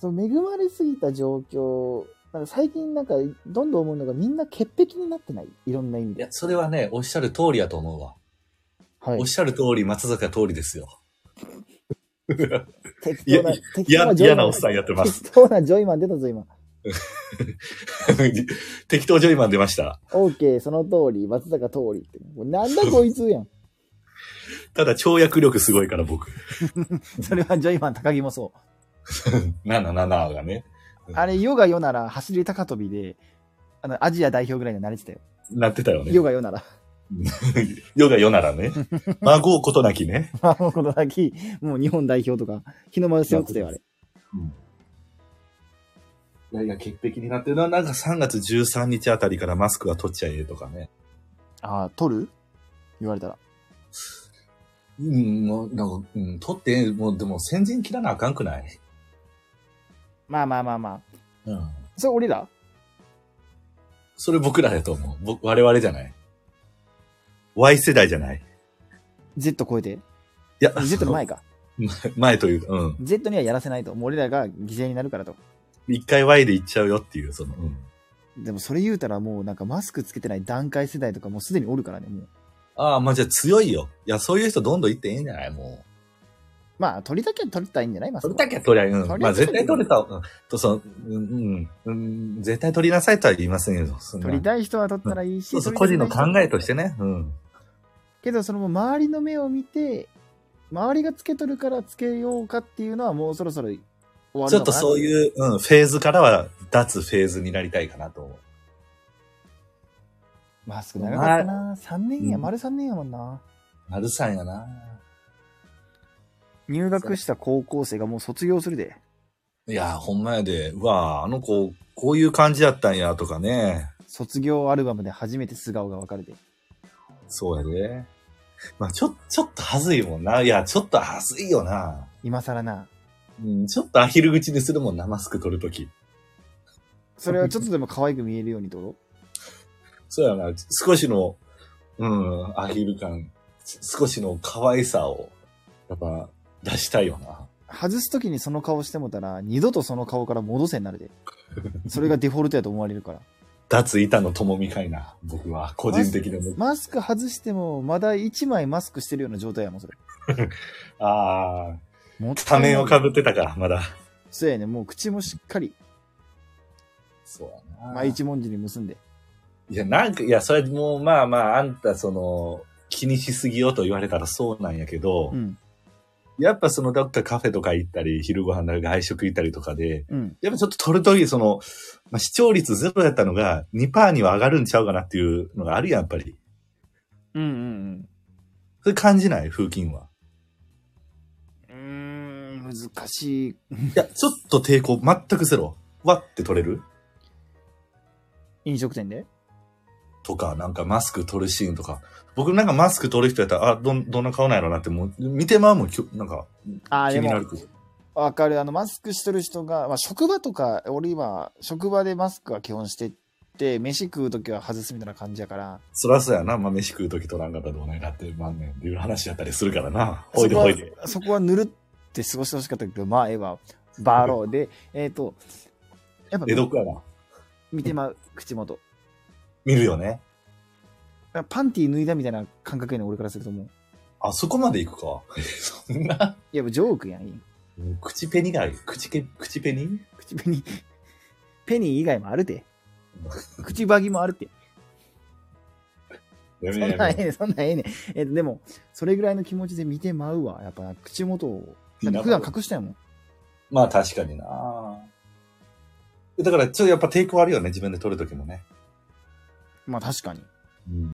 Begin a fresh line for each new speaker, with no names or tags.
その恵まれすぎた状況、なんか最近なんかどんどん思うのがみんな潔癖になってないいろんな意味
いや
で、。
それはね、おっしゃる通りやと思うわ。
はい
おっ。しゃる通り、松坂通りですよ。
適当な、
いや
適当なジョイマン
嫌なおっさんやってます
適当なジョイマン出たぞ、今。
適当ジョイマン出ました。
オーケー、その通り、松坂通りって。もうなんだこいつやん。
ただ、跳躍力すごいから僕。
それはジョイマン高木もそう。
777がね、
あれ、ヨガヨなら走り高跳びで、あの、アジア代表ぐらいにはなれてたよ。
なってたよね。
ヨガヨなら。
ヨガヨなら ね。孫うことなきね。
まあ、もうこの先、もう日本代表とか、日の丸背負ってたよ、あれ。
いやいや、潔癖になってるのは、なんか3月13日あたりからマスクは取っちゃえとかね。
ああ、取る言われたら。
うん、もう、なんか、うん、取って、もう、でも、先陣切らなあかんくない
まあまあまあまあ。
うん。
それ俺ら
それ僕らだと思う。僕、我々じゃない。Y 世代じゃない。
?Z 超えて。
いや、
Z の前か。
その 前というか、うん。
Z にはやらせないと。もう俺らが犠牲になるからと。
一回 Y で行っちゃうよっていう、その、うん。
でもそれ言うたらもうなんかマスクつけてない段階世代とかもうすでにおるからね、もう。
ああ、まあじゃあ強いよ。いや、そういう人どんどん行っていいんじゃないもう。
まあ、取りだけ取ったらいいんじゃないマスク
取
は
れたきゃ取りゃ、う
取
ん。
り
ま
ゃ
あ絶対取れた、うん。と、その、うん、うん、うん絶対取りなさいとは言いませんけど。そんな
取りたい人は取ったらいいし、
そうそう、個
取
人
りたく
の
ない人は
考えとしてね。うん。
けどその周りの目を見て周りがつけとるからつけようかっていうのはもうそろそろ終わるの
ちょ
か
っ
な
とそう
う
いう、うん、フェーズからは脱フェーズになりたいかなと思う。
マスク長かったな3年や、
うん
丸3年やもんな
丸さんやな。
入学した高校生がもう卒業するで
いや、ほんまやで、うわあの子、こういう感じやったんや、とかね。
卒業アルバムで初めて素顔がわかるで
そうやで。まあ、ちょ、ちょっとはずいもんな。いや、ちょっとはずいよな。
今更な
うん、ちょっとアヒル口にするもんな、マスク取るとき。
それはちょっとでも可愛く見えるようにってこ
そうやな、少しの、うん、アヒル感、す少しの可愛さを、やっぱ、出したいよな。
と外す時にその顔してもたら二度とその顔から戻せになる でそれがデフォルトやと思われるから
脱板の友みかいな、僕は、個人的な僕。
マスク外してもまだ1枚マスクしてるような状態やもんそれ
ああ、
もった
多
いない
面をかぶってたか、まだ。
そうやねもう口もしっかり
そうやな。
まあ、一文字に結んで。
いや、なんか、いや、それもう、まあまあ、あんた、その、気にしすぎよと言われたらそうなんやけど、
うん。
やっぱその、どっかカフェとか行ったり、昼ご飯なんか外食行ったりとかで、
うん。
やっぱちょっと撮るとき、その、まあ、視聴率ゼロやったのが、2%には上がるんちゃうかなっていうのがあるやん、やっぱり。
うんうん
それ感じない風景は。
うん。うーん、難しい。
いや、ちょっと抵抗、全くゼロ。わって取れる
飲食店で
とか、なんかマスク取るシーンとか。僕なんかマスク取る人やったら、あ、どん、どんな顔なんやろなって、もう、見てまうもん、きょなんか、
ああ、
気
で
にな
も
る、けど。
わかる。あの、マスクしとる人が、まあ、職場とか、俺今、職場でマスクは基本してって、飯食うときは外すみたいな感じやから、
そらそうやな、まあ、飯食うとき取らんかったらどうなんやなって、まあね、っていう話やったりするからな。ほいで
そこは
ほいで。
そこはぬるって過ごしてほしかったけど、まあ、ええわ。バーロー で、えっ、と、やっぱ
江戸っ子やな。
見てまう、口元。
見るよね。
パンティー脱いだみたいな感覚やねん俺からするともう。
あ、そこまで行くか。 そんな。
いや、ジョークやん。
口ペニがある。口け、口ペニ
口紅、 ペニー以外もある で。口バギもあるって。
や
そ
め
ん
や
なんええ
め。
ねんそんなんええねん。えっと、でも、それぐらいの気持ちで見てまうわ。やっぱ、口元を。だって普段隠したやもん。
まあ確かにな。だから、ちょっとやっぱ抵抗あるよね、自分で取るときもね。
まあ確かに。
うん